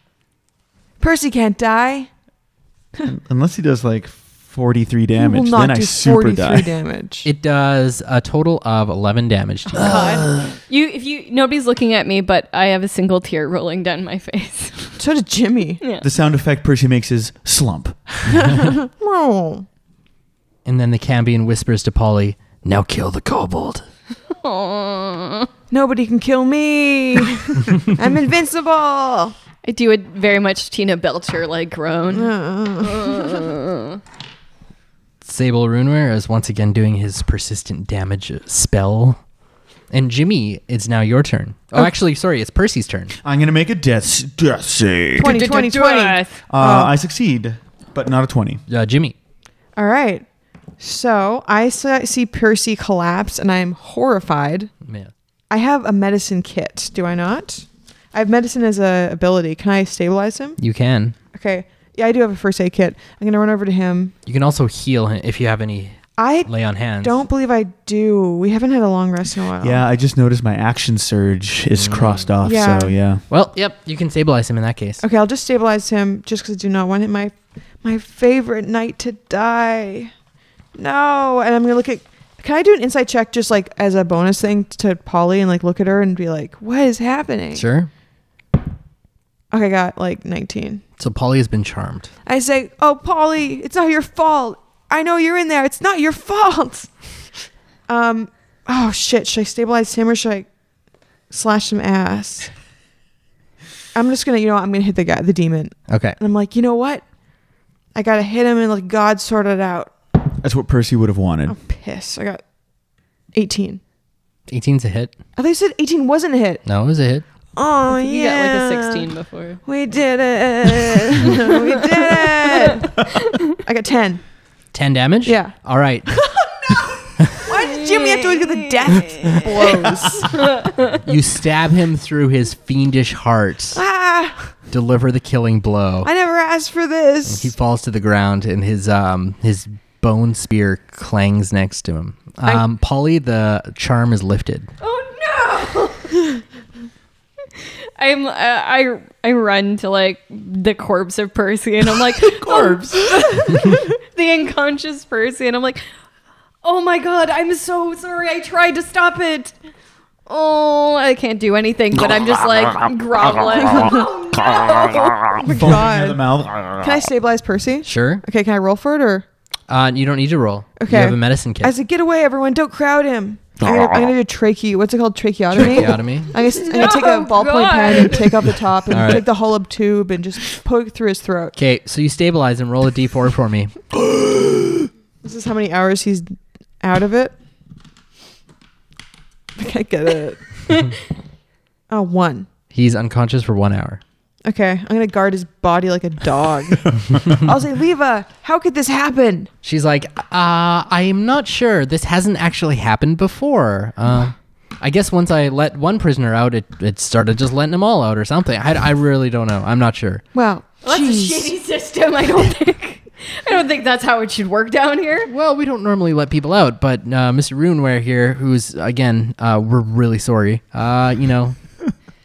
Speaker 1: Percy can't die.
Speaker 2: Unless he does like 43
Speaker 1: He will
Speaker 2: damage,
Speaker 1: not
Speaker 2: then I
Speaker 1: do
Speaker 2: super
Speaker 1: 43
Speaker 2: die.
Speaker 1: damage.
Speaker 4: It does a total of 11 damage to you.
Speaker 3: You, if you, nobody's looking at me, but I have a single tear rolling down my face.
Speaker 1: so did Jimmy.
Speaker 2: The sound effect Percy makes is slump.
Speaker 1: Oh.
Speaker 4: and then the Cambion whispers to Polly, Now kill the kobold.
Speaker 3: Aw.
Speaker 1: Nobody can kill me. I'm invincible.
Speaker 3: I do a very much Tina Belcher like groan.
Speaker 4: Sable Runeware is once again doing his persistent damage spell. And Jimmy, it's now your turn. Oh, actually, sorry, it's Percy's turn.
Speaker 2: I'm gonna make a death death save.
Speaker 1: 20, 20, 20.
Speaker 2: Uh, I succeed, but not a twenty.
Speaker 4: Uh, Jimmy.
Speaker 1: All right. So I s- see Percy collapse and I'm horrified.
Speaker 4: Yeah.
Speaker 1: I have a medicine kit, do I not? I have medicine as a ability. Can I stabilize him?
Speaker 4: You can.
Speaker 1: Okay. Yeah, I do have a first aid kit. I'm going to run over to him.
Speaker 4: You can also heal him if you have any
Speaker 1: I
Speaker 4: lay on hands.
Speaker 1: don't believe I do. We haven't had a long rest in a while.
Speaker 2: Yeah, I just noticed my action surge is crossed off.
Speaker 1: Yeah.
Speaker 2: So yeah,
Speaker 4: Well, yep, you can stabilize him in that case.
Speaker 1: Okay, I'll just stabilize him just because I do not want him my my favorite knight to die. No, and I'm gonna look at. Can I do an insight check just like as a bonus thing to Polly and like look at her and be like, what is happening?
Speaker 4: Sure.
Speaker 1: Okay, I got like 19.
Speaker 4: So Polly has been charmed.
Speaker 1: I say, oh Polly, it's not your fault. I know you're in there. It's not your fault. Um. Oh shit. Should I stabilize him or should I slash some ass? I'm just gonna, you know, what, I'm gonna hit the guy, the demon.
Speaker 4: Okay.
Speaker 1: And I'm like, you know what? I gotta hit him and like God sort it out.
Speaker 2: that's what Percy would have wanted.
Speaker 1: I'm pissed. I got 18.
Speaker 4: 18's a hit.
Speaker 1: I thought you said 18 wasn't a hit.
Speaker 4: No, it was a hit.
Speaker 1: Oh
Speaker 3: You
Speaker 1: yeah,
Speaker 3: got like a 16 before.
Speaker 1: We did it. we did it. I got 10.
Speaker 4: 10 damage?
Speaker 1: Yeah.
Speaker 4: All right.
Speaker 1: Why did Jimmy have to look at the death blows?
Speaker 4: you stab him through his fiendish heart,
Speaker 1: ah,
Speaker 4: deliver the killing blow.
Speaker 1: I never asked for
Speaker 4: He
Speaker 1: this.
Speaker 4: falls to the ground and his um his bone spear clangs next to him. Um, Polly, the charm is lifted.
Speaker 3: Oh no! I'm uh, I I run to like the corpse of Percy and I'm like corpse, the unconscious Percy and I'm like, oh my god, I'm so sorry. I tried to stop it. Oh, I can't do anything, but I'm just like groveling. Oh, no.
Speaker 2: Foaming out of the
Speaker 1: God.
Speaker 2: mouth.
Speaker 1: Can I stabilize Percy?
Speaker 4: Sure.
Speaker 1: Okay, can I roll for it or?
Speaker 4: Uh, you don't need to roll.
Speaker 1: Okay.
Speaker 4: You have a medicine kit.
Speaker 1: I said, get away, everyone. Don't crowd him. I'm gonna, I'm gonna do trache. What's it called? Tracheotomy?
Speaker 4: Tracheotomy.
Speaker 1: I'm gonna, s- I'm gonna take a
Speaker 3: No,
Speaker 1: ballpoint
Speaker 3: Oh, God.
Speaker 1: pen and take off the top and
Speaker 4: All right.
Speaker 1: take the hollow tube and just poke through his throat.
Speaker 4: Okay, so you stabilize him. Roll a d4 for me.
Speaker 1: This is how many hours he's out of it. I think I get it. oh, one.
Speaker 4: He's unconscious for one hour.
Speaker 1: Okay, I'm gonna guard his body like a dog. I'll say, Leva, how could this happen?
Speaker 4: She's like, uh, I'm not sure. This hasn't actually happened before. Uh, I guess once I let one prisoner out, it, it started just letting them all out or something. I, I really don't know. I'm not sure.
Speaker 1: Well,
Speaker 3: That's
Speaker 1: jeez.
Speaker 3: a shitty system. I don't think I don't think that's how it should work down here.
Speaker 4: Well, we don't normally let people out, but uh, Mr. Runeware here, who's, again, uh, we're really sorry. Uh, you know,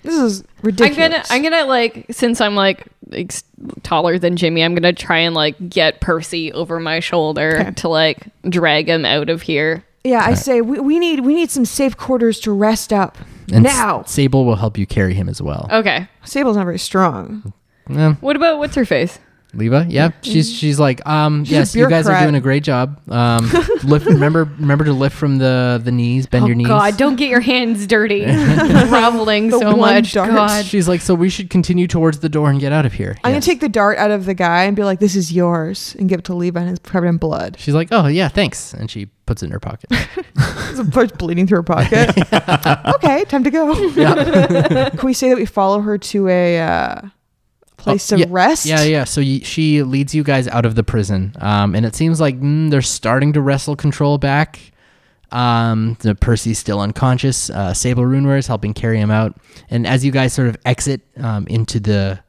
Speaker 1: This is
Speaker 3: I'm
Speaker 1: ridiculous.
Speaker 3: gonna, I'm gonna like, since I'm like ex- taller than Jimmy, I'm gonna try and like get Percy over my shoulder
Speaker 1: Okay.
Speaker 3: to like drag him out of here.
Speaker 1: yeah, I say we, we need we need some safe quarters to rest up
Speaker 4: and S-
Speaker 1: now. Oh.
Speaker 4: Sable will help you carry him as well.
Speaker 3: Okay.
Speaker 1: Sable's not very strong.
Speaker 4: Yeah.
Speaker 3: What about what's her face?
Speaker 4: Leva, yeah, she's she's like, um,
Speaker 1: Mm-hmm. a
Speaker 4: yes, you guys are
Speaker 1: bureaucrat.
Speaker 4: doing a great job. Um, lift, remember, remember to lift from the the knees,
Speaker 1: Oh,
Speaker 4: bend your knees.
Speaker 3: God, don't get your hands dirty. Groveling
Speaker 1: The
Speaker 3: so
Speaker 1: one
Speaker 3: much.
Speaker 1: dart.
Speaker 3: God.
Speaker 4: She's like, so we should continue towards the door and get out of here.
Speaker 1: I'm
Speaker 4: Yes.
Speaker 1: gonna take the dart out of the guy and be like, "This is yours," and give it to Leva, and it's covered in blood.
Speaker 4: She's like, oh yeah, thanks, and she puts it in her pocket.
Speaker 1: It's blood bleeding through her pocket. okay, time to go. Can we say that we follow her to a uh, place
Speaker 4: Oh,
Speaker 1: to rest?
Speaker 4: yeah, yeah. So y- she leads you guys out of the prison, um, and it seems like mm, they're starting to wrestle control back. Um, the Percy's still unconscious. Uh, Sable Runeware is helping carry him out, and as you guys sort of exit um, into the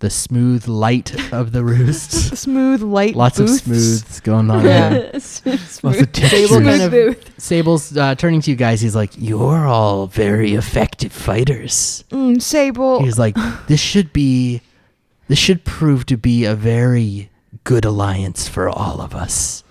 Speaker 4: the smooth light of the roost,
Speaker 1: The smooth light.
Speaker 4: lots of
Speaker 1: booths.
Speaker 4: smooths going on.
Speaker 1: Yeah.
Speaker 4: there.
Speaker 2: Lots of
Speaker 3: Smooth
Speaker 4: Sable
Speaker 2: textures.
Speaker 4: kind of-
Speaker 3: booth.
Speaker 4: Sable's uh, turning to you guys. He's like, "You're all very effective fighters."
Speaker 1: Mm, Sable.
Speaker 4: He's like, this should be, this should prove to be a very good alliance for all of us,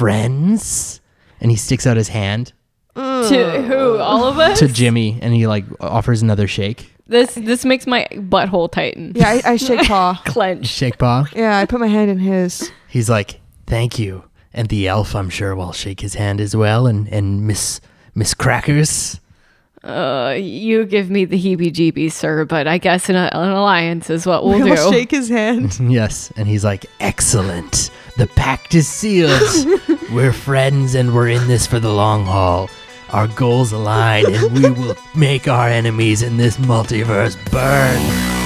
Speaker 4: friends. And he sticks out his hand
Speaker 3: To who? All of us?
Speaker 4: to Jimmy, and he like offers another shake,
Speaker 3: This this makes my butthole tighten.
Speaker 1: Yeah, I, I shake paw.
Speaker 3: Clench.
Speaker 4: shake paw.
Speaker 1: Yeah, I put my hand in his.
Speaker 4: He's like, thank you. And the elf, I'm sure, will shake his hand as well, and and Miss Miss Crackers.
Speaker 3: Uh, you give me the heebie-jeebies, sir, but I guess an, an alliance is what we'll,
Speaker 1: we all
Speaker 3: do.
Speaker 1: shake his hand.
Speaker 4: Yes. And he's like, Excellent. The pact is sealed. we're friends and we're in this for the long haul. Our goals align and we will make our enemies in this multiverse burn.